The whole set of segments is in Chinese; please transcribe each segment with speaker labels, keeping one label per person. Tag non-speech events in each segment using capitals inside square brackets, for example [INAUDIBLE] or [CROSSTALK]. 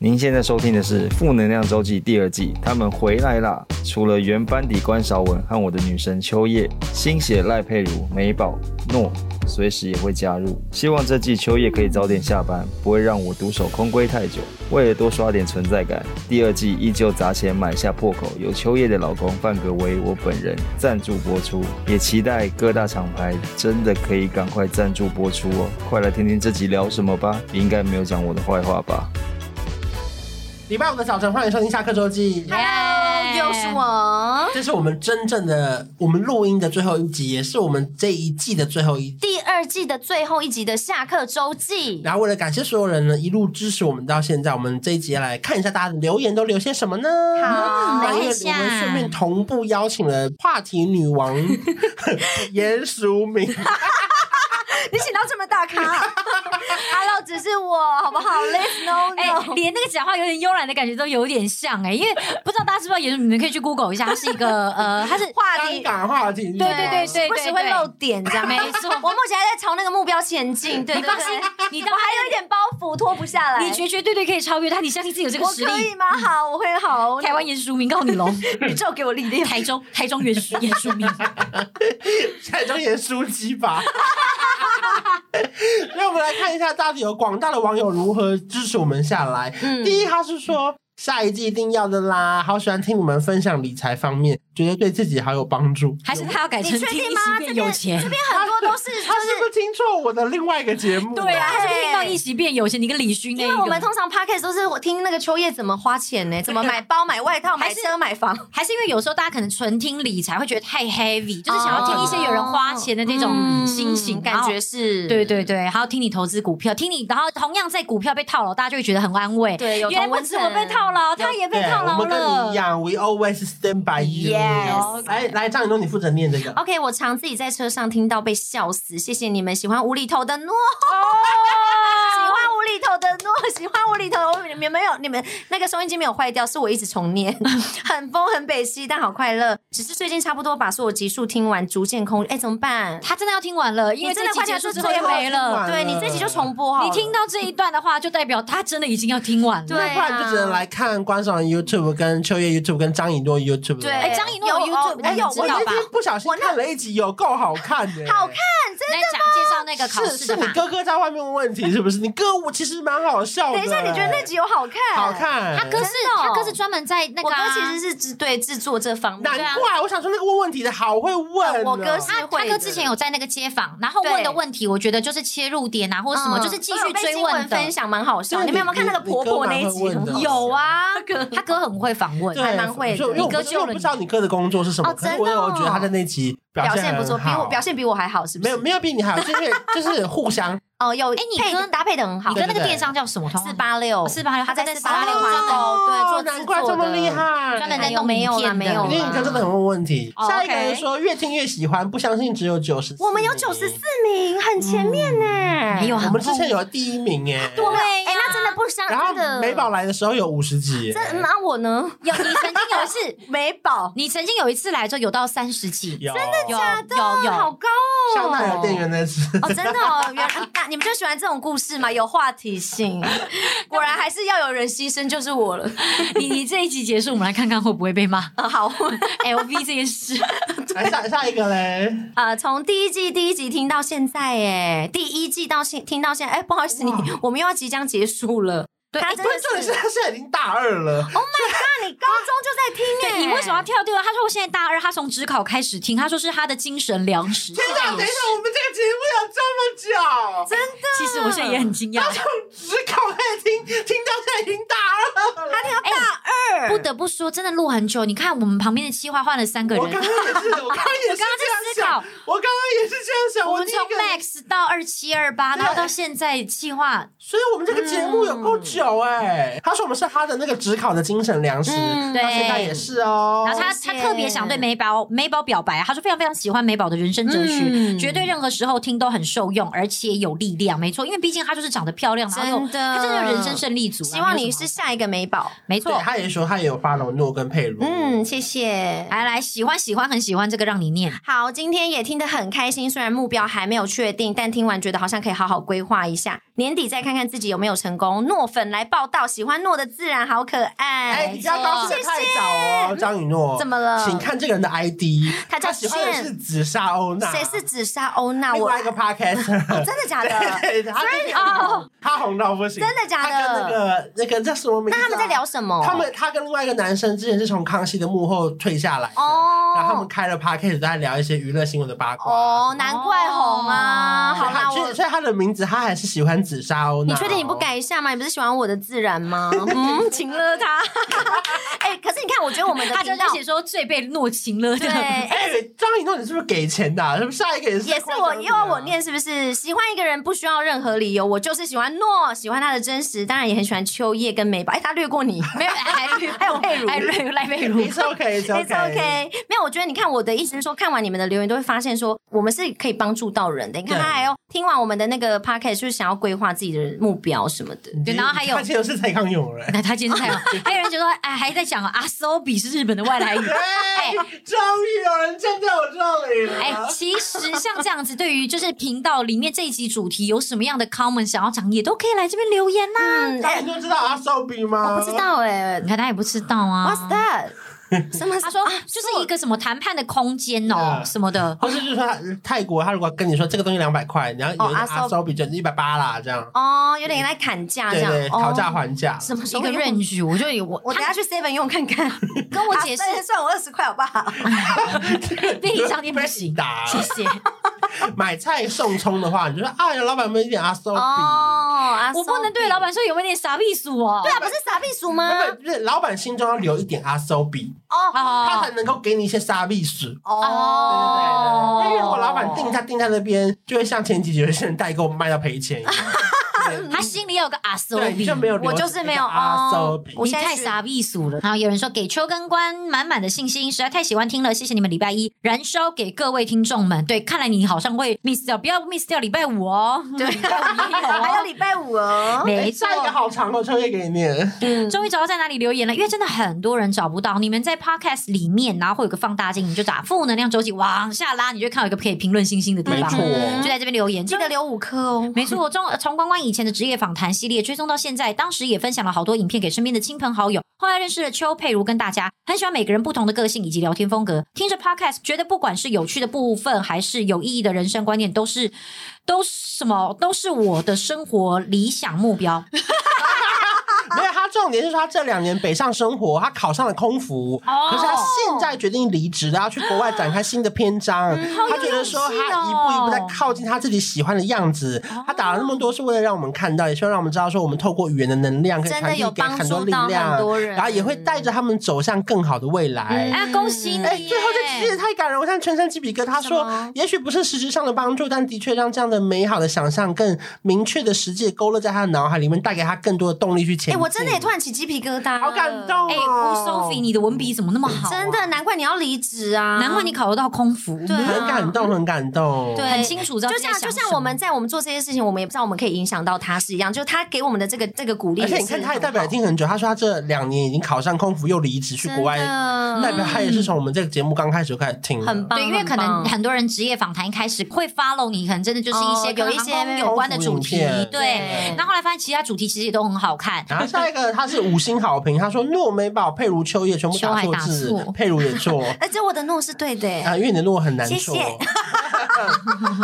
Speaker 1: 您现在收听的是《负能量周记》第二季，他们回来啦！除了原班底关韶文和我的女神秋叶，新血赖佩如、美宝、诺，随时也会加入。希望这季秋叶可以早点下班，不会让我独守空闺太久。为了多刷点存在感，第二季依旧砸钱买下破口，由秋叶的老公范格为我本人赞助播出，也期待各大厂牌真的可以赶快赞助播出哦！快来听听这集聊什么吧，你应该没有讲我的坏话吧？
Speaker 2: 礼拜五的早晨，欢迎收听下课周记。
Speaker 3: Hello，又哦是我。
Speaker 2: 这是我们真正的我们录音的最后一集，也是我们这一季的最后一集。
Speaker 3: 第二季的最后一集的下课周记，
Speaker 2: 然后为了感谢所有人呢，一路支持我们到现在，我们这一集要来看一下大家的留言都留些什么呢？嗯
Speaker 3: 好
Speaker 2: 那因为
Speaker 3: 来一
Speaker 2: 我
Speaker 3: 下
Speaker 2: 们顺便同步邀请了话题女
Speaker 3: [LAUGHS]
Speaker 2: 王 [LAUGHS] 严淑敏，
Speaker 3: 你请到这么大咖 [LAUGHS] ，Hello，只是我，好不好？Let's know [LAUGHS]
Speaker 4: 哎、
Speaker 3: no。
Speaker 4: 连那个讲话有点慵懒的感觉都有点像哎、
Speaker 3: [LAUGHS]
Speaker 4: 因为不知道大家知不知道，也是你们可以去 Google 一下，它是一个呃，它是
Speaker 3: 话
Speaker 2: 香
Speaker 3: 题，
Speaker 2: 港话题女王。
Speaker 4: 对对对对
Speaker 3: 时不时会漏点，这样
Speaker 4: 没错
Speaker 3: [LAUGHS] 我目前还在朝那个目标前进，对
Speaker 4: 你
Speaker 3: 对
Speaker 4: 放心
Speaker 3: 对。，
Speaker 4: 你
Speaker 3: 我
Speaker 4: 到
Speaker 3: 还有一点包袱脱不下来，
Speaker 4: 你绝绝对对可以超越他，你相信自己有这个
Speaker 3: 我
Speaker 4: 实
Speaker 3: 可以
Speaker 4: 力。
Speaker 3: 吗？好，我会好。
Speaker 4: 台湾严淑明告你
Speaker 3: [LAUGHS]
Speaker 4: 喽，
Speaker 3: 宇宙给我力量。
Speaker 4: 台中台中严淑严淑明，
Speaker 2: 蔡中严书记 [LAUGHS] 吧。让我们来看一下，到底有广大的网友如何支持我们下来。第一，他是说下一季一定要的啦，好喜欢听你们分享理财方面，觉得对自己好有帮助。
Speaker 4: [LAUGHS] 还是他要改成
Speaker 3: 你确
Speaker 4: 听
Speaker 3: 定
Speaker 4: 一
Speaker 3: 吗
Speaker 4: 席变有钱？
Speaker 3: 很多都是就
Speaker 2: 他是不
Speaker 3: 是。
Speaker 2: 是听错我的另外一个节目？
Speaker 4: 对啊，他是不是听到一席变有钱？你跟李勋那一
Speaker 3: 因
Speaker 4: 个，
Speaker 3: 为我们通常 podcast 都是我听那个秋叶怎么花钱呢，怎么买包、买外套、买
Speaker 4: 还是
Speaker 3: 车、买房。
Speaker 4: 还是因为有时候大家可能纯听理财会觉得太 heavy，就是想要听一些有人花钱的那种心情，
Speaker 3: 嗯感
Speaker 4: 然后
Speaker 3: 觉是，
Speaker 4: 对对对，还有听你投资股票，听你，然后同样在股票被套牢，大家就会觉得很安慰。
Speaker 3: 对有
Speaker 4: 原来
Speaker 3: 同
Speaker 4: 不
Speaker 3: 温
Speaker 4: 止
Speaker 3: 层
Speaker 4: 我被套牢，他也被
Speaker 2: 对，
Speaker 4: 套
Speaker 2: 我
Speaker 4: 牢
Speaker 2: 们跟你一
Speaker 4: 了。
Speaker 2: 样，We always stand by you。
Speaker 4: 哦
Speaker 3: Yes
Speaker 2: 来来，张雨东，你负责念这个。
Speaker 3: OK，我常自己在车上听到被笑死，谢谢你们喜欢无厘头的诺， [LAUGHS] 喜欢无厘头的诺，喜欢无厘头的。你们没有，你们那个收音机没有坏掉，是我一直重 [LAUGHS] 念，很疯很北西，但好快乐。只是最近差不多把所有集数听完，逐渐空。哎、怎么办？
Speaker 4: 他真的要听完了，因为
Speaker 3: 你真
Speaker 4: 这
Speaker 3: 的
Speaker 4: 集
Speaker 3: 快
Speaker 4: 结
Speaker 3: 点
Speaker 4: 束
Speaker 3: 说
Speaker 4: 之后
Speaker 3: 最
Speaker 4: 就
Speaker 3: 后
Speaker 4: 没
Speaker 2: 听完
Speaker 4: 了。
Speaker 3: 对你这集就重播好了
Speaker 4: 你听到这一段的话，就代表他真的已经要听完了。
Speaker 3: 对
Speaker 2: 不然就只能来看观赏 YouTube、跟秋叶 YouTube、跟张颖诺 YouTube 了。
Speaker 3: 对
Speaker 4: 哎，张艺诺
Speaker 3: 有
Speaker 4: YouTube，
Speaker 3: 哎
Speaker 4: 你
Speaker 3: 有
Speaker 4: 们知
Speaker 2: 我
Speaker 4: 道
Speaker 2: 那
Speaker 4: 吧？
Speaker 2: 天不小心看了一集，有够好看的、
Speaker 3: 好看
Speaker 4: 来讲介绍那个考
Speaker 2: 是
Speaker 4: 试
Speaker 2: 是
Speaker 4: 的
Speaker 2: 你
Speaker 4: 吧。
Speaker 2: 哥哥在外面问问题，是不是？你哥我其实蛮好笑的、
Speaker 3: 等一下，你觉得那集有好看？
Speaker 2: 好。看？
Speaker 4: 他哥是
Speaker 3: 真的哦
Speaker 4: 他哥是专门在那
Speaker 3: 我
Speaker 4: 个
Speaker 3: 哥
Speaker 4: 啊，
Speaker 3: 其实是制对啊制作这方面，
Speaker 2: 难怪我想说那个问问题的好会问、哦
Speaker 3: 我哥是
Speaker 4: 他
Speaker 3: 会
Speaker 4: 他
Speaker 3: 的
Speaker 4: 哥之前有在那个街访，然后问的
Speaker 3: 对
Speaker 4: 问题，我觉得就是切入点啊，或者什么，
Speaker 3: 嗯
Speaker 4: 就是继
Speaker 3: 我有
Speaker 4: 续
Speaker 3: 被
Speaker 4: 追
Speaker 3: 新
Speaker 4: 问的
Speaker 3: 分。享蛮好笑。
Speaker 2: 对
Speaker 3: 你们有没有看那个
Speaker 2: 你你
Speaker 3: 婆婆那一集
Speaker 2: 你哥蛮会问？的 [LAUGHS]
Speaker 3: 有啊， [LAUGHS]
Speaker 4: 他哥很会访问，
Speaker 2: 对
Speaker 3: 还蛮会的
Speaker 2: 所以因为我
Speaker 4: 你哥救了
Speaker 2: 因为我不知道你哥的工作是什么，
Speaker 3: 哦
Speaker 2: 可
Speaker 3: 真
Speaker 2: 是
Speaker 3: 的哦
Speaker 2: 我有觉得他在那集
Speaker 3: 表
Speaker 2: 现
Speaker 3: 现不错，
Speaker 2: 很
Speaker 3: 比
Speaker 2: 好
Speaker 3: 我表现比我还好，是不
Speaker 2: 没
Speaker 3: 是？
Speaker 2: 有没有比你好，就是因为就是互
Speaker 3: [LAUGHS]
Speaker 2: 相
Speaker 3: 哦，有
Speaker 4: 哎你
Speaker 3: 配
Speaker 4: 哥
Speaker 3: 搭配的很好
Speaker 4: 你，跟那
Speaker 2: 对对
Speaker 4: 个
Speaker 2: 对
Speaker 4: 电商叫什么？
Speaker 3: 四八六
Speaker 4: 四八六，
Speaker 3: 他
Speaker 4: 他
Speaker 3: 在哦
Speaker 4: 在
Speaker 3: 四
Speaker 4: 四
Speaker 3: 八
Speaker 4: 八
Speaker 3: 六
Speaker 4: 六
Speaker 3: 团
Speaker 4: 团
Speaker 3: 购，哦对，做
Speaker 2: 哦难
Speaker 3: 制
Speaker 2: 怪
Speaker 3: 作
Speaker 2: 这么
Speaker 3: 的
Speaker 2: 厉。害，
Speaker 4: 专门在
Speaker 3: 哎有
Speaker 4: 弄
Speaker 3: 没有啦
Speaker 4: 影片的
Speaker 3: 没有
Speaker 2: 因为你哥真的很会问问题。
Speaker 4: 哦
Speaker 2: 下一个
Speaker 4: OK
Speaker 2: 人说越听越喜欢，不相信只有九十，
Speaker 3: 哎我们有九十四，名，很
Speaker 2: 嗯
Speaker 3: 前面呢。
Speaker 4: 没有
Speaker 2: 哎我
Speaker 4: 很
Speaker 2: 们之前有第一名哎，
Speaker 3: 对啊，
Speaker 4: 对呀
Speaker 3: 哎，那真的不相
Speaker 2: 然
Speaker 3: 真的
Speaker 2: 后美宝来的时候有五十集，
Speaker 3: 这那我呢？
Speaker 4: 有你曾经有一次，
Speaker 3: [LAUGHS] 美宝
Speaker 4: 你曾经有一次来之后有到三十几，
Speaker 2: 有真的
Speaker 4: 有有
Speaker 3: 好
Speaker 4: 有，
Speaker 3: 高哦，
Speaker 2: 香奈儿店员那次，
Speaker 3: 哦，真的哦，原来那你们就喜欢这种故事 [LAUGHS] 嘛，有话题性。果然还是要有人牺牲，就是我了。
Speaker 4: 你你这一集结束，我们来看看会不会被骂
Speaker 3: 啊 [LAUGHS] 好，
Speaker 4: LV 这件事。
Speaker 2: 来下下一个嘞，
Speaker 3: [LAUGHS] 啊，从第一季第一集听到现在，哎，第一季到现听到现在，哎，不好意思，你
Speaker 2: 哇
Speaker 3: 我们又要即将结束了。
Speaker 4: [LAUGHS] 对
Speaker 3: 他
Speaker 4: 哎
Speaker 3: 真
Speaker 2: 不是重
Speaker 3: 的
Speaker 2: 点
Speaker 3: 是
Speaker 2: 是，他现在已经大二了，
Speaker 3: 那你高中就在听哎，
Speaker 4: 对你为什么要跳掉？他说我现在大二，他从职考开始听，他说是他的精神粮食。
Speaker 2: 天哪！等一下，我们这个节目有这么久，
Speaker 3: 真的？
Speaker 4: 其实我现在也很惊讶
Speaker 2: 他，从只考开始听，听到现在已经大二了。
Speaker 3: 他听到大二，
Speaker 4: 不得不说，真的录很久。你看我们旁边的企划换了三个
Speaker 2: 我
Speaker 4: 人
Speaker 2: 刚，刚也是，我刚刚也是这样想
Speaker 4: 我刚刚在思考，
Speaker 2: 我刚刚也是这样想。
Speaker 4: 我
Speaker 2: 我
Speaker 4: 们
Speaker 2: 第
Speaker 4: 从
Speaker 2: 一个，
Speaker 4: Max 到二七二八，然后到现在计划，
Speaker 2: 所以我们这个节目有够久哎。他说我们是他的那个只考的精神粮食，
Speaker 3: 嗯
Speaker 2: 到现在也是哦。
Speaker 4: 然后他
Speaker 3: 谢
Speaker 4: 他
Speaker 3: 谢
Speaker 4: 特别想对美宝美宝表白，他说非常非常喜欢美宝的人生哲学，
Speaker 3: 嗯
Speaker 4: 绝对任何时候听都很受用，而且有力量，没错，因为毕竟她就是长得漂亮，然后又
Speaker 3: 真的
Speaker 4: 她真的有人生胜利组啊，
Speaker 3: 希望
Speaker 4: 没有
Speaker 3: 你
Speaker 4: 什么
Speaker 3: 是下一个美宝。
Speaker 4: 没
Speaker 2: 对，
Speaker 4: 错。
Speaker 2: 他也说他也有发了诺跟佩如，
Speaker 3: 嗯，谢谢。
Speaker 4: 来来，喜欢喜欢很喜欢这个，让你念。
Speaker 3: 好，今天也听得很开心，虽然目标还没有确定，但听完觉得好像可以好好规划一下，年底再看看自己有没有成功。诺粉来报道，喜欢诺的自然好可爱。
Speaker 2: 哎，你不要高兴得太早哦，张雨诺。
Speaker 3: 怎么了
Speaker 2: 请看这个人的 ID，
Speaker 3: 他叫
Speaker 2: 喜欢的
Speaker 3: 炫
Speaker 2: 是紫砂欧娜，
Speaker 3: 谁是紫砂欧娜？
Speaker 2: 另
Speaker 3: 我哦
Speaker 2: 外一个 podcast，
Speaker 3: [LAUGHS] 真的假的？
Speaker 2: [LAUGHS] 对，他最近
Speaker 3: 哦
Speaker 2: 他红到不行，
Speaker 3: 真的假的
Speaker 2: 他跟那个那个叫什么名字啊？
Speaker 3: 那他们在聊什么？
Speaker 2: 他们他跟另外一个男生之前是从康熙的幕后退下来的，
Speaker 3: 哦，
Speaker 2: 然后他们开了 podcast 在聊一些娱乐新闻的八卦。
Speaker 3: 哦，难怪红啊！
Speaker 4: 哦
Speaker 3: 好啦，
Speaker 2: 所以
Speaker 3: 我
Speaker 2: 所以他的名字他还是喜欢紫砂欧娜。哦
Speaker 3: 你确定你不？改一下吗？你不是喜欢我的自
Speaker 2: [LAUGHS]
Speaker 3: 然吗？嗯，请了他。 [LAUGHS] 哎，可是你看，我觉得我们的
Speaker 4: 他就
Speaker 3: 频
Speaker 4: 是
Speaker 3: 道
Speaker 4: 写说最被诺情了
Speaker 3: 对，
Speaker 4: 的。
Speaker 3: 哎
Speaker 2: 哎，张雨诺，你是不是给钱的啊？是不是下一个也是？ [LAUGHS]
Speaker 3: 也是我，因
Speaker 2: 啊
Speaker 3: 为我。念是不是喜欢一个人不需要任何理由，我就是喜欢诺，喜欢他的真实，当然也很喜欢秋叶跟美宝。哎，他略过你，
Speaker 4: 没有，还有
Speaker 3: 还有佩如
Speaker 4: 还有赖佩如，
Speaker 2: It's
Speaker 3: [LAUGHS]
Speaker 2: OK, it's
Speaker 3: It's
Speaker 2: OK。
Speaker 3: OK，没有，我觉得你看我的意思是说，看完你们的留言，都会发现说我们是可以帮助到人的。你看
Speaker 2: 对
Speaker 3: 他还要听完我们的那个 podcast，就是想要规划自己的目标什么的。
Speaker 4: 对然后还有
Speaker 2: 他其实是蔡康永
Speaker 3: [LAUGHS]
Speaker 2: 人。
Speaker 4: 那他今天才有，还有人觉得哎，还在讲阿苏比是日本的外来语。
Speaker 2: 哎，终于有人站在我这里了。
Speaker 4: 哎，其实像这样子，对于就是频道里面这一集主题有什么样的 comment 想要讲，也都可以来这边留言啦。
Speaker 3: 嗯，
Speaker 2: 张
Speaker 3: 哎
Speaker 2: 雨诺知道阿寿比吗？
Speaker 3: 我不知。道哎
Speaker 4: 你看他也不知道啊。
Speaker 3: ，What's that？什 [LAUGHS] 啊么？
Speaker 4: 他说就是一个什么谈判的空间哦
Speaker 2: 对
Speaker 4: 什
Speaker 2: [LAUGHS]
Speaker 4: 么的。
Speaker 2: 或是就是说他泰国，他如果跟你说这个东西两百块，然后有一个
Speaker 3: 哦阿
Speaker 2: 阿
Speaker 3: 寿
Speaker 2: 寿比就一百八啦，这样。
Speaker 3: 哦，有点在砍价这
Speaker 2: 对
Speaker 3: 样
Speaker 2: 对，，
Speaker 3: 哦
Speaker 2: 讨价还价。
Speaker 3: 什么时
Speaker 4: 一
Speaker 3: 候
Speaker 4: 个
Speaker 3: 用
Speaker 4: range，我觉得有我
Speaker 3: 我等下去 Seven 用看 [LAUGHS] 看，
Speaker 4: 跟我解释
Speaker 3: 啊，算我二十块好不好？
Speaker 4: 便利商店不行，
Speaker 2: 打
Speaker 3: [LAUGHS]
Speaker 4: 谢谢。
Speaker 2: 买菜送葱的话，你就说啊，老板有没有一点阿寿比？
Speaker 3: 哦，阿
Speaker 4: 我不能对老板说有没有点傻避暑哦。
Speaker 3: 对啊，不是傻避暑吗？
Speaker 2: 不是，老板心中要留一点阿寿比，
Speaker 3: 哦
Speaker 2: 他才
Speaker 4: 哦，
Speaker 2: 能够给你一些杀必死。
Speaker 3: 哦，
Speaker 2: 因为如果老板定价定在那边，就会像前几集有些人代购卖到赔
Speaker 3: [LAUGHS]
Speaker 2: 钱一样，
Speaker 4: 他心里要有个阿苏
Speaker 2: 对，你
Speaker 4: 比
Speaker 2: 就。没有留啊
Speaker 3: 我就是没有
Speaker 2: 阿寿
Speaker 3: 哦
Speaker 2: 比，。
Speaker 3: 我
Speaker 4: 你
Speaker 3: 现在
Speaker 4: 太
Speaker 3: 学
Speaker 4: 傻避暑了。然后有人说给秋跟关满满的信心，实在太喜欢听了，谢谢你们礼拜一燃烧给各位听众们。对，看来你好像会 miss 掉，不要 miss 掉礼拜五哦。对，礼拜五也
Speaker 3: [LAUGHS]
Speaker 4: 有
Speaker 3: 还有
Speaker 4: 哦。
Speaker 3: 礼拜五哦。
Speaker 4: 没错
Speaker 2: 下，哎一个好长哦，秋叶给你念。
Speaker 3: 嗯，
Speaker 4: 终于找到在哪里留言了，因为真的很多人找不到。你们在 podcast 里面，然后会有个放大镜，你就打负能量周记往下拉，你就会看到一个可以评论星星的地
Speaker 2: 没
Speaker 4: 方，
Speaker 2: 错
Speaker 4: 就在这边留言。
Speaker 3: 记得留五颗哦。
Speaker 4: 没错，从呃从关关以前的职业访谈系列追踪到现在，当时也分享了好多影片给身边的亲朋好友。后来认识了邱佩如跟大家，很喜欢每个人不同的个性以及聊天风格。听着 podcast，觉得不管是有趣的部分，还是有意义的人生观念，都是都是什么都是我的生活理想目标。
Speaker 3: 嗯
Speaker 2: [LAUGHS] 没有，他重点是说他这两年北上生活，他考上了空服，
Speaker 4: 哦
Speaker 2: 可是他现在决定离职，然后去国外展开新的篇章。
Speaker 3: 嗯
Speaker 2: 他觉得说
Speaker 4: 好
Speaker 2: 他
Speaker 4: 有勇气哦
Speaker 2: 一步一步在靠近他自己喜欢的样子。
Speaker 3: 哦
Speaker 2: 他打了那么多是为了让我们看到，也希望让我们知道说我们透过语言的能量可以
Speaker 3: 真
Speaker 2: 传
Speaker 3: 的有
Speaker 2: 递给
Speaker 3: 帮
Speaker 2: 很多
Speaker 3: 助
Speaker 2: 力
Speaker 3: 到很
Speaker 2: 量，
Speaker 3: 多人，
Speaker 2: 然后也会带着他们走向更好的未来。
Speaker 4: 啊，恭喜你！
Speaker 2: 哎，最后这句也太感人，我现在全身鸡皮疙瘩。他
Speaker 3: 什么
Speaker 2: 说，也许不是实质上的帮助，但的确让这样的美好的想象更明确的实际勾勒在他的脑海里面，带给他更多的动力去前
Speaker 3: 哎，
Speaker 2: 进。
Speaker 3: 我真的也突然起鸡皮疙瘩，
Speaker 2: 好感动。哦！
Speaker 4: 哎，吴 Sophie，你的文笔怎么那么好啊、
Speaker 3: 真的，难怪你要离职啊！
Speaker 4: 难怪你考得到空服，
Speaker 3: 对啊
Speaker 2: 很感动，很感动。
Speaker 3: 对
Speaker 4: 很清楚知道
Speaker 3: 就
Speaker 4: 自己在
Speaker 3: 像
Speaker 4: 想什
Speaker 3: 就
Speaker 4: 么。
Speaker 3: 像我们在我们做这些事情，我们也不知道我们可以影响到他是一样，就他给我们的这个这个鼓励
Speaker 2: 而
Speaker 3: 是
Speaker 2: 且
Speaker 3: 很好，
Speaker 2: 你看，他也代表听很久。他说他这两年已经考上空服，又离职去国外，
Speaker 3: 真
Speaker 2: 代
Speaker 3: 的
Speaker 2: 表他也是从我们这个节目刚开始就开始听了，
Speaker 3: 很棒，
Speaker 4: 对，因为可能很多人职业访谈一开始会 follow 你，可能真的就是一些
Speaker 3: 哦
Speaker 4: 跟
Speaker 3: 有一
Speaker 4: 航
Speaker 3: 些
Speaker 4: 空有关的主
Speaker 2: 空服
Speaker 4: 题
Speaker 2: 影片，
Speaker 4: 对
Speaker 3: 对。
Speaker 4: 那后来发现其他主题其实也都很好看，
Speaker 2: 然后下一个他是五星好评，他说诺美宝、佩如、秋叶全部打错字
Speaker 4: 秋还打错，
Speaker 2: 佩如也错
Speaker 3: 而哎且我的诺是对的耶，
Speaker 2: 啊，因为你的诺很难错
Speaker 3: 谢谢。
Speaker 2: [LAUGHS]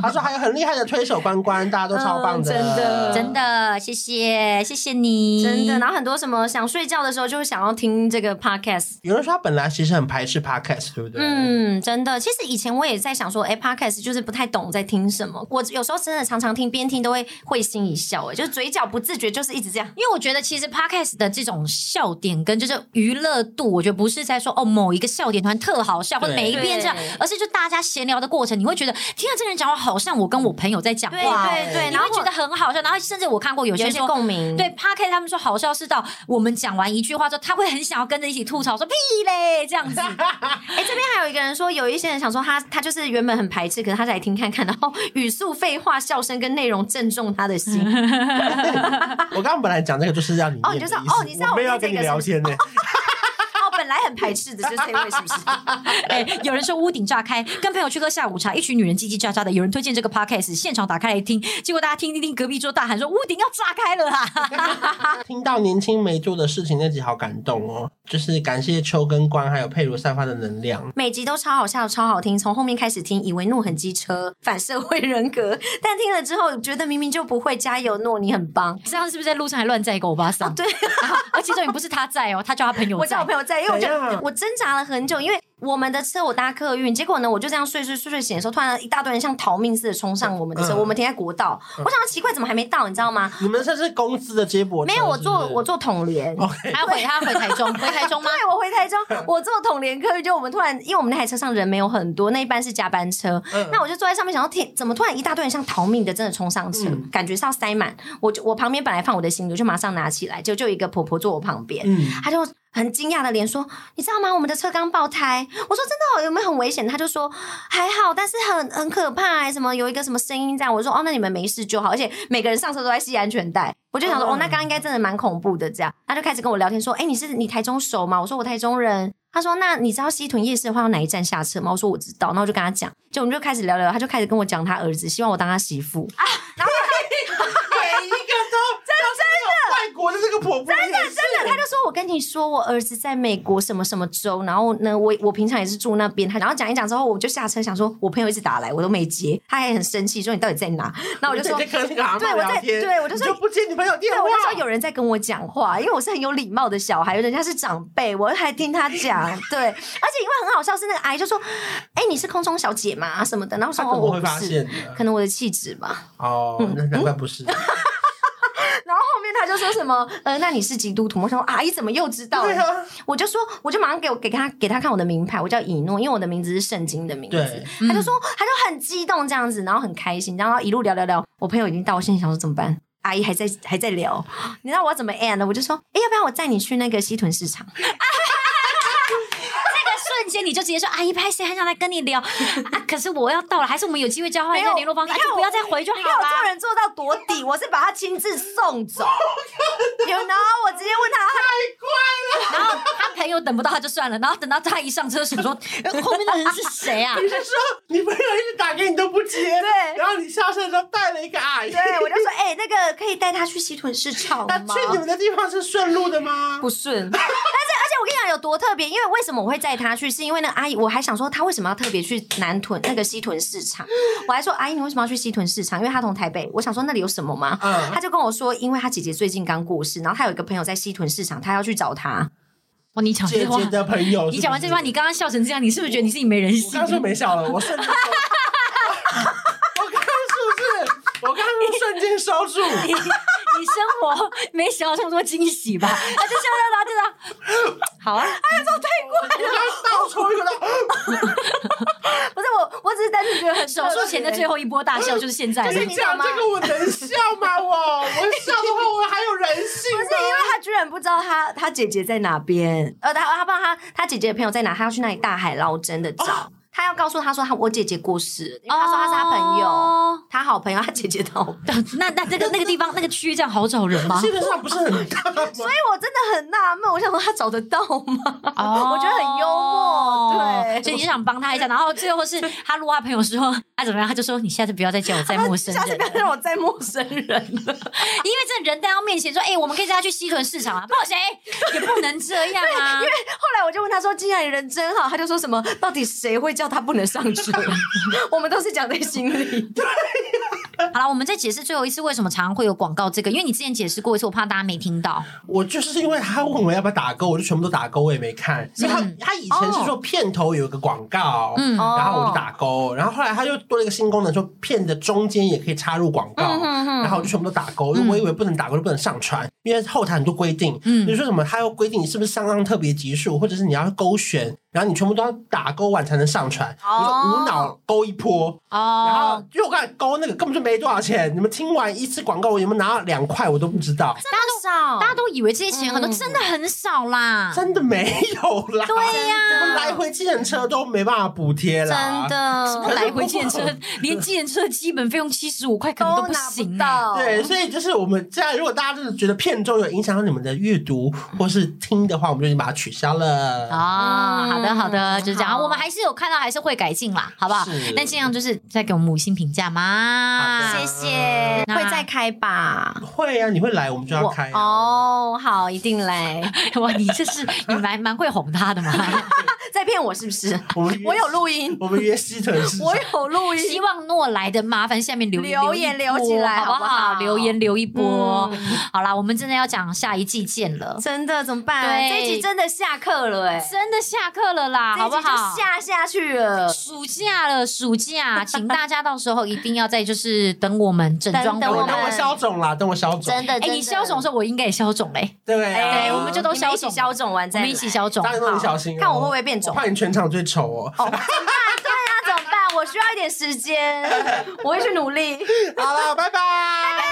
Speaker 2: 他说还有很厉害的推手关关，大家都超棒
Speaker 3: 嗯真的
Speaker 4: 真的，谢谢，谢谢你，
Speaker 3: 真的。然后很多什么想睡觉的时候就会想要听这个 podcast。
Speaker 2: 有人说他本来其实很排斥 podcast，对不对？，
Speaker 3: 嗯，真的。其实以前我也在想说，哎、p o d c a s t 就是不太懂在听什么。我有时候真的常常听，边听都会会心一笑、哎，就是嘴角不自觉就是一直这样。
Speaker 4: 因为我觉得其实 podcast 的这种笑点跟就是娱乐度，我觉得不是在说哦某一个笑点突然特好笑，或者
Speaker 2: 对
Speaker 4: 每一遍这样
Speaker 3: 对，
Speaker 4: 而是就大家闲聊的过程，你会觉得天啊，这个人讲话好像我跟我朋友在讲
Speaker 3: 对
Speaker 4: 话，
Speaker 3: 对对，
Speaker 4: 你
Speaker 3: 然
Speaker 4: 会
Speaker 3: 后
Speaker 4: 觉得很好笑。然后甚至我看过有
Speaker 3: 有
Speaker 4: 些
Speaker 3: 一
Speaker 4: 人
Speaker 3: 些
Speaker 4: 说
Speaker 3: 共鸣，
Speaker 4: 对 p a r k 他们说好笑是到我们讲完一句话之后，他会很想要跟着一起吐槽，说屁嘞这 [LAUGHS] 样子。
Speaker 3: 哎、这边还有一个人说，有一些人想说他他就是原本很排斥，可是他来听看看，然后语速、废话、笑声跟内容正中他的 [LAUGHS] 心。
Speaker 2: 我刚刚本来讲这个就是让你
Speaker 3: 哦
Speaker 2: 念
Speaker 3: 你就
Speaker 2: 的
Speaker 3: 说
Speaker 2: 意思
Speaker 3: 哦你知道
Speaker 2: 我没有
Speaker 3: 我
Speaker 2: 要
Speaker 3: 在
Speaker 2: 跟你
Speaker 3: [LAUGHS] 这个
Speaker 2: 聊
Speaker 3: 是
Speaker 2: 天呢，
Speaker 3: 哦，本本来很排斥的，就是这位 [LAUGHS] 是不是？
Speaker 4: 哎、有人说屋顶炸开，跟朋友去喝下午茶，一群女人叽叽喳喳的。有人推荐这个 podcast，现场打开来听，结果大家听听听，隔壁桌大喊说屋顶要炸开了啊啦！
Speaker 2: 听到年轻没做的事情那集好感动哦，就是感谢秋跟关还有佩如散发的能量。
Speaker 3: 每集都超好笑、超好听，从后面开始听，以为怒很机车、反社会人格，但听了之后觉得明明就不会，加油诺，你很棒。
Speaker 4: [LAUGHS] 这样是不是在路上还乱载一个欧巴桑？
Speaker 3: 对，
Speaker 4: 然后而且重点不是他在哦，他哦叫他朋友
Speaker 3: 我叫
Speaker 4: 在
Speaker 3: 我。朋友在，因为我就
Speaker 2: 怎样
Speaker 3: 我挣扎了很久，因为我们的车我搭客运，结果呢，我就这样睡睡睡睡醒的时候，突然一大堆人像逃命似的冲上我们的车，
Speaker 2: 嗯
Speaker 3: 我们停在国道，我想到奇怪怎么还没到，你知道吗？
Speaker 2: 你们这是公司的接驳车
Speaker 3: 没有，我
Speaker 2: 是不
Speaker 3: 坐
Speaker 2: 是哦
Speaker 3: 我坐统联。
Speaker 2: OK，
Speaker 4: 他回他回台中，回台 [LAUGHS] 中吗？
Speaker 3: 对，我回台中，
Speaker 2: 嗯
Speaker 3: 我坐统联客运，就我们突然，因为我们那台车上人没有很多，那一班是加班车，
Speaker 2: 嗯
Speaker 3: 那我就坐在上面，想要天，怎么突然一大堆人像逃命的，真的冲上车，
Speaker 2: 嗯
Speaker 3: 感觉是要塞满。我就我旁边本来放我的行李，我就马上拿起来，就就有一个婆婆坐我旁边，
Speaker 2: 嗯，
Speaker 3: 她就很惊讶的脸说：“你知道吗？我们的车刚爆胎。”我说：“真的哦有没有很危险？”她就说：“还好，但是很很可怕、欸什么有一个什么声音在。”我说：“哦，那你们没事就好。”而且每个人上车都在系安全带。我就想说：“
Speaker 2: 嗯
Speaker 3: 哦，那刚刚应该真的蛮恐怖的。”这样，她就开始跟我聊天说：“哎、你是你台中熟吗？”我说：“我台中人。”她说：“那你知道西屯夜市的话要哪一站下车吗？”我说：“我知道。”那我就跟她讲，就我们就开始聊聊，她就开始跟我讲她儿子，希望我当她媳妇。
Speaker 2: 每一个
Speaker 3: [LAUGHS]
Speaker 2: 都真真的外国的这个婆婆真的真
Speaker 3: 他就说：“我跟你说，我儿子在美国什么什么州，然后呢，我我平常也是住那边。”他然后讲一讲之后，我就下车想说，我朋友一直打来，我都没接，他还很生气，说你到底在哪？然后我就说。
Speaker 2: [LAUGHS] 在跟那个阿
Speaker 3: 对
Speaker 2: 嬷
Speaker 3: 我在
Speaker 2: 聊天，
Speaker 3: 对我就
Speaker 2: 你
Speaker 3: 说
Speaker 2: 就不啊接女朋友电
Speaker 3: 对，
Speaker 2: 话，
Speaker 3: 我那时候有人在跟我讲话，因为我是很有礼貌的小孩，人家是长辈，我还听他讲。对， [LAUGHS] 而且因为很好笑，是那个阿姨就说：“哎、你是空中小姐吗？什么的。”然后我说：“
Speaker 2: 她
Speaker 3: 哦，
Speaker 2: [LAUGHS] 怎么
Speaker 3: 我
Speaker 2: 会
Speaker 3: 不
Speaker 2: 发
Speaker 3: 是，
Speaker 2: 现的？
Speaker 3: 可能我的气质吧。 [LAUGHS]
Speaker 2: 哦，那难怪不是。
Speaker 3: 然后后面他就说什么：“呃，那你是基督徒吗？”我想说：“啊阿姨怎么又知道了？”
Speaker 2: 对啊，
Speaker 3: 我就说，我就马上给我给他给他看我的名牌，我叫以诺，因为我的名字是圣经的名字
Speaker 2: 对。
Speaker 3: 他就说，他就很激动这样子，然后很开心，然后一路聊聊聊。我朋友已经到，我心里想说怎么办？阿姨还在还在聊，你知道我要怎么 end 呢？我就说，哎、要不然我载你去那个西屯市场？
Speaker 4: 那个瞬间你就直接说：“阿姨，拍谁很想来跟你聊啊？可是我要到了，还是我们有机会交换一下联络方式，
Speaker 3: 没
Speaker 4: 啊
Speaker 3: 有
Speaker 4: 就不要再回就好
Speaker 3: 你看我
Speaker 4: 啦
Speaker 3: 做。人做到多底，我是把他亲自送走，有 you know，我直接问他，”
Speaker 4: 然后他朋友等不到他就算了，然后等到他一上
Speaker 3: [LAUGHS]
Speaker 4: 车，想说呃后面的人是谁 [LAUGHS] 啊？
Speaker 2: [LAUGHS] 你是说你朋友一直打给你都不接，
Speaker 3: 对
Speaker 2: 然后你下车的时候带了一个阿姨，
Speaker 3: 对我就说，哎、那个可以带他去西屯市场
Speaker 2: [LAUGHS] 那
Speaker 3: 吗？
Speaker 2: 去你们的地方是顺路的吗？
Speaker 3: 不顺。但是，而且我跟你讲有多特别，因为为什么我会载他去，是因为那个阿姨，我还想说她为什么要特别去南屯那个西屯市场，我还说阿姨你为什么要去西屯市场？因为她从台北，我想说那里有什么吗？
Speaker 2: 嗯
Speaker 3: 她就跟我说，因为她姐姐最近刚过世，然后她有一个朋友在西屯市场，她要去找她。
Speaker 4: 哇，哦你讲
Speaker 2: 姐
Speaker 4: 这话
Speaker 2: 姐，的朋友，
Speaker 4: 你讲完这句话，
Speaker 2: 是
Speaker 4: 你刚刚笑成这样，你是不是觉得你自己没人
Speaker 2: 不是我刚？
Speaker 4: 性
Speaker 2: 刚说没笑了，我瞬间收，我刚刚是不是？我刚刚是不是瞬间收住，
Speaker 4: 你 [LAUGHS] 你生活没想到这么多惊喜吧？他就笑笑他就
Speaker 2: [LAUGHS]
Speaker 4: 这样，好啊，
Speaker 2: 我刚刚倒抽一口气，
Speaker 3: 不是我，我只是单纯觉得很
Speaker 4: 手术前的最
Speaker 3: 后。
Speaker 4: 后一波大笑就是现在了。
Speaker 3: 是
Speaker 2: 你
Speaker 3: 你懂
Speaker 2: 讲
Speaker 3: 吗
Speaker 2: 这个我能笑吗？我我笑的话，我还有人性
Speaker 3: 不是因为
Speaker 2: 吗？
Speaker 3: 她居然不知道她她姐姐在哪边，呃，她她不知道她她姐姐的朋友在哪，她要去那里大海捞针的找，她要告诉她说她我姐姐过世了，因为她说她是她朋友，
Speaker 4: 哦
Speaker 3: 他好朋友，他姐姐的好朋友，
Speaker 4: 那那那个那个地方那个区域这样好找人吗？
Speaker 2: 基本上不是很大吗？所以
Speaker 3: 哎，我真的很纳闷，我想说他找得到吗？
Speaker 4: 哦
Speaker 3: 我觉得很幽默，对，
Speaker 4: 所以你就想帮他一下，然后最后是他撸他朋友说他怎么样，他就说你下次不要再叫我再陌
Speaker 3: [LAUGHS]
Speaker 4: 生
Speaker 3: 下
Speaker 4: 人
Speaker 3: 次
Speaker 4: 了，因
Speaker 3: 不要让我再陌生人了。
Speaker 4: 为这人在他面前说，哎、我们可以带他去西屯市场啊，不行，也不能这样
Speaker 3: [LAUGHS]
Speaker 4: 啊。
Speaker 3: 后来我就问他说：“既然人真好。”他就说什么：“到底谁会叫他不能上学？” [LAUGHS] 我们都是讲在心里。
Speaker 4: 好了，我们再解释最后一次为什么常常会有广告这个，因为你之前解释过一次，我怕大家没听到。
Speaker 2: 我就是因为他问我要不要打勾，我就全部都打勾，我也没看。因为他他以前是说片头有一个广告，
Speaker 4: 哦嗯
Speaker 2: 然后我就打勾，然后后来他又多了一个新功能，说片的中间也可以插入广告，
Speaker 4: 嗯
Speaker 2: 然后我就全部都打勾，因为我以为不能打勾就不能上传，因为后台很多规定，
Speaker 4: 嗯
Speaker 2: 比如说什么他要规定你是不是上岸特别集数，或者是你要勾选。然后你全部都要打勾完才能上传，
Speaker 3: 哦
Speaker 2: 你说无脑勾一波，然后
Speaker 4: 哦，
Speaker 2: 因为我刚才勾那个根本就没多少钱，你们听完一次广告，我有没有拿到两块我都不知道，
Speaker 3: 大少，
Speaker 4: 大家都以为这些钱很多，真的很少
Speaker 3: 啊
Speaker 4: 啦。
Speaker 3: 嗯
Speaker 2: 真的没有啦，
Speaker 4: 对
Speaker 2: 我们
Speaker 4: 呀、
Speaker 2: 来回计程车都没办法补贴啦，
Speaker 3: 真。 [LAUGHS] 的
Speaker 4: 来回建车，连建车基本费用七十五块可能都
Speaker 3: 都
Speaker 4: 不
Speaker 3: 拿
Speaker 4: 行、
Speaker 3: 哦不
Speaker 4: 啊。
Speaker 3: 到，
Speaker 2: 对，，所以就是我们这样，如果大家真的觉得片中有影响到你们的阅读或是听的话，我们就已经把它取消了。
Speaker 4: 啊、
Speaker 3: 嗯
Speaker 4: 好的好的，就是这样。
Speaker 3: 好
Speaker 4: 我们还是有看到，还是会改进啦，好不好
Speaker 2: 是？
Speaker 4: 那尽量就是再给我们五星评价
Speaker 2: 好
Speaker 4: 嘛
Speaker 2: 的。
Speaker 3: 谢谢，
Speaker 4: 那
Speaker 3: 会再开吧。
Speaker 2: 会啊，你会来，我们就要
Speaker 3: 我
Speaker 2: 开、啊、
Speaker 3: 哦，好，一定来。
Speaker 4: [LAUGHS] 哇，你这是你蛮 [LAUGHS] 蛮会哄他的嘛？
Speaker 3: [LAUGHS] 在骗我是不是？
Speaker 2: 我们约
Speaker 3: 我有录音，
Speaker 2: 我们约西屯市场
Speaker 3: 我有录音。
Speaker 4: 希望诺来的麻烦下面留
Speaker 3: 留言
Speaker 4: 留一波
Speaker 3: 留起来
Speaker 4: 好不
Speaker 3: 好不
Speaker 4: 好？
Speaker 3: 好
Speaker 4: 留言留一波
Speaker 3: 嗯。
Speaker 4: 好啦，我们真的要讲下一季见了，
Speaker 3: 真的怎么办？
Speaker 4: 对
Speaker 3: 这一集真的下课了哎、
Speaker 4: 真的下课了啦，
Speaker 3: 这一集
Speaker 4: 好不好
Speaker 3: 就？下下去了。
Speaker 4: 暑假了，暑假，请大家到时候一定要在就是等我们整
Speaker 3: 等
Speaker 4: 装
Speaker 2: 等
Speaker 4: 完
Speaker 2: 啊我
Speaker 3: 我
Speaker 4: 毕
Speaker 3: 们
Speaker 2: 等我消肿啦，等我消肿，
Speaker 3: 真的，
Speaker 4: 哎、
Speaker 3: 真的
Speaker 4: 你消肿的时候，我应该也消肿嘞、
Speaker 2: 对不对啊？
Speaker 3: 哎，
Speaker 4: 对我们就都
Speaker 3: 你一
Speaker 4: 消
Speaker 3: 起
Speaker 4: 肿
Speaker 3: 消肿完
Speaker 4: 我
Speaker 3: 再来
Speaker 4: 们一起消肿
Speaker 2: 大。家都很小心、哦，
Speaker 3: 看我会不会变肿
Speaker 2: 我怕你全场最丑哦。
Speaker 3: 啊那怎么办？我需要一点时间，我会去努力。
Speaker 2: 好了，拜拜。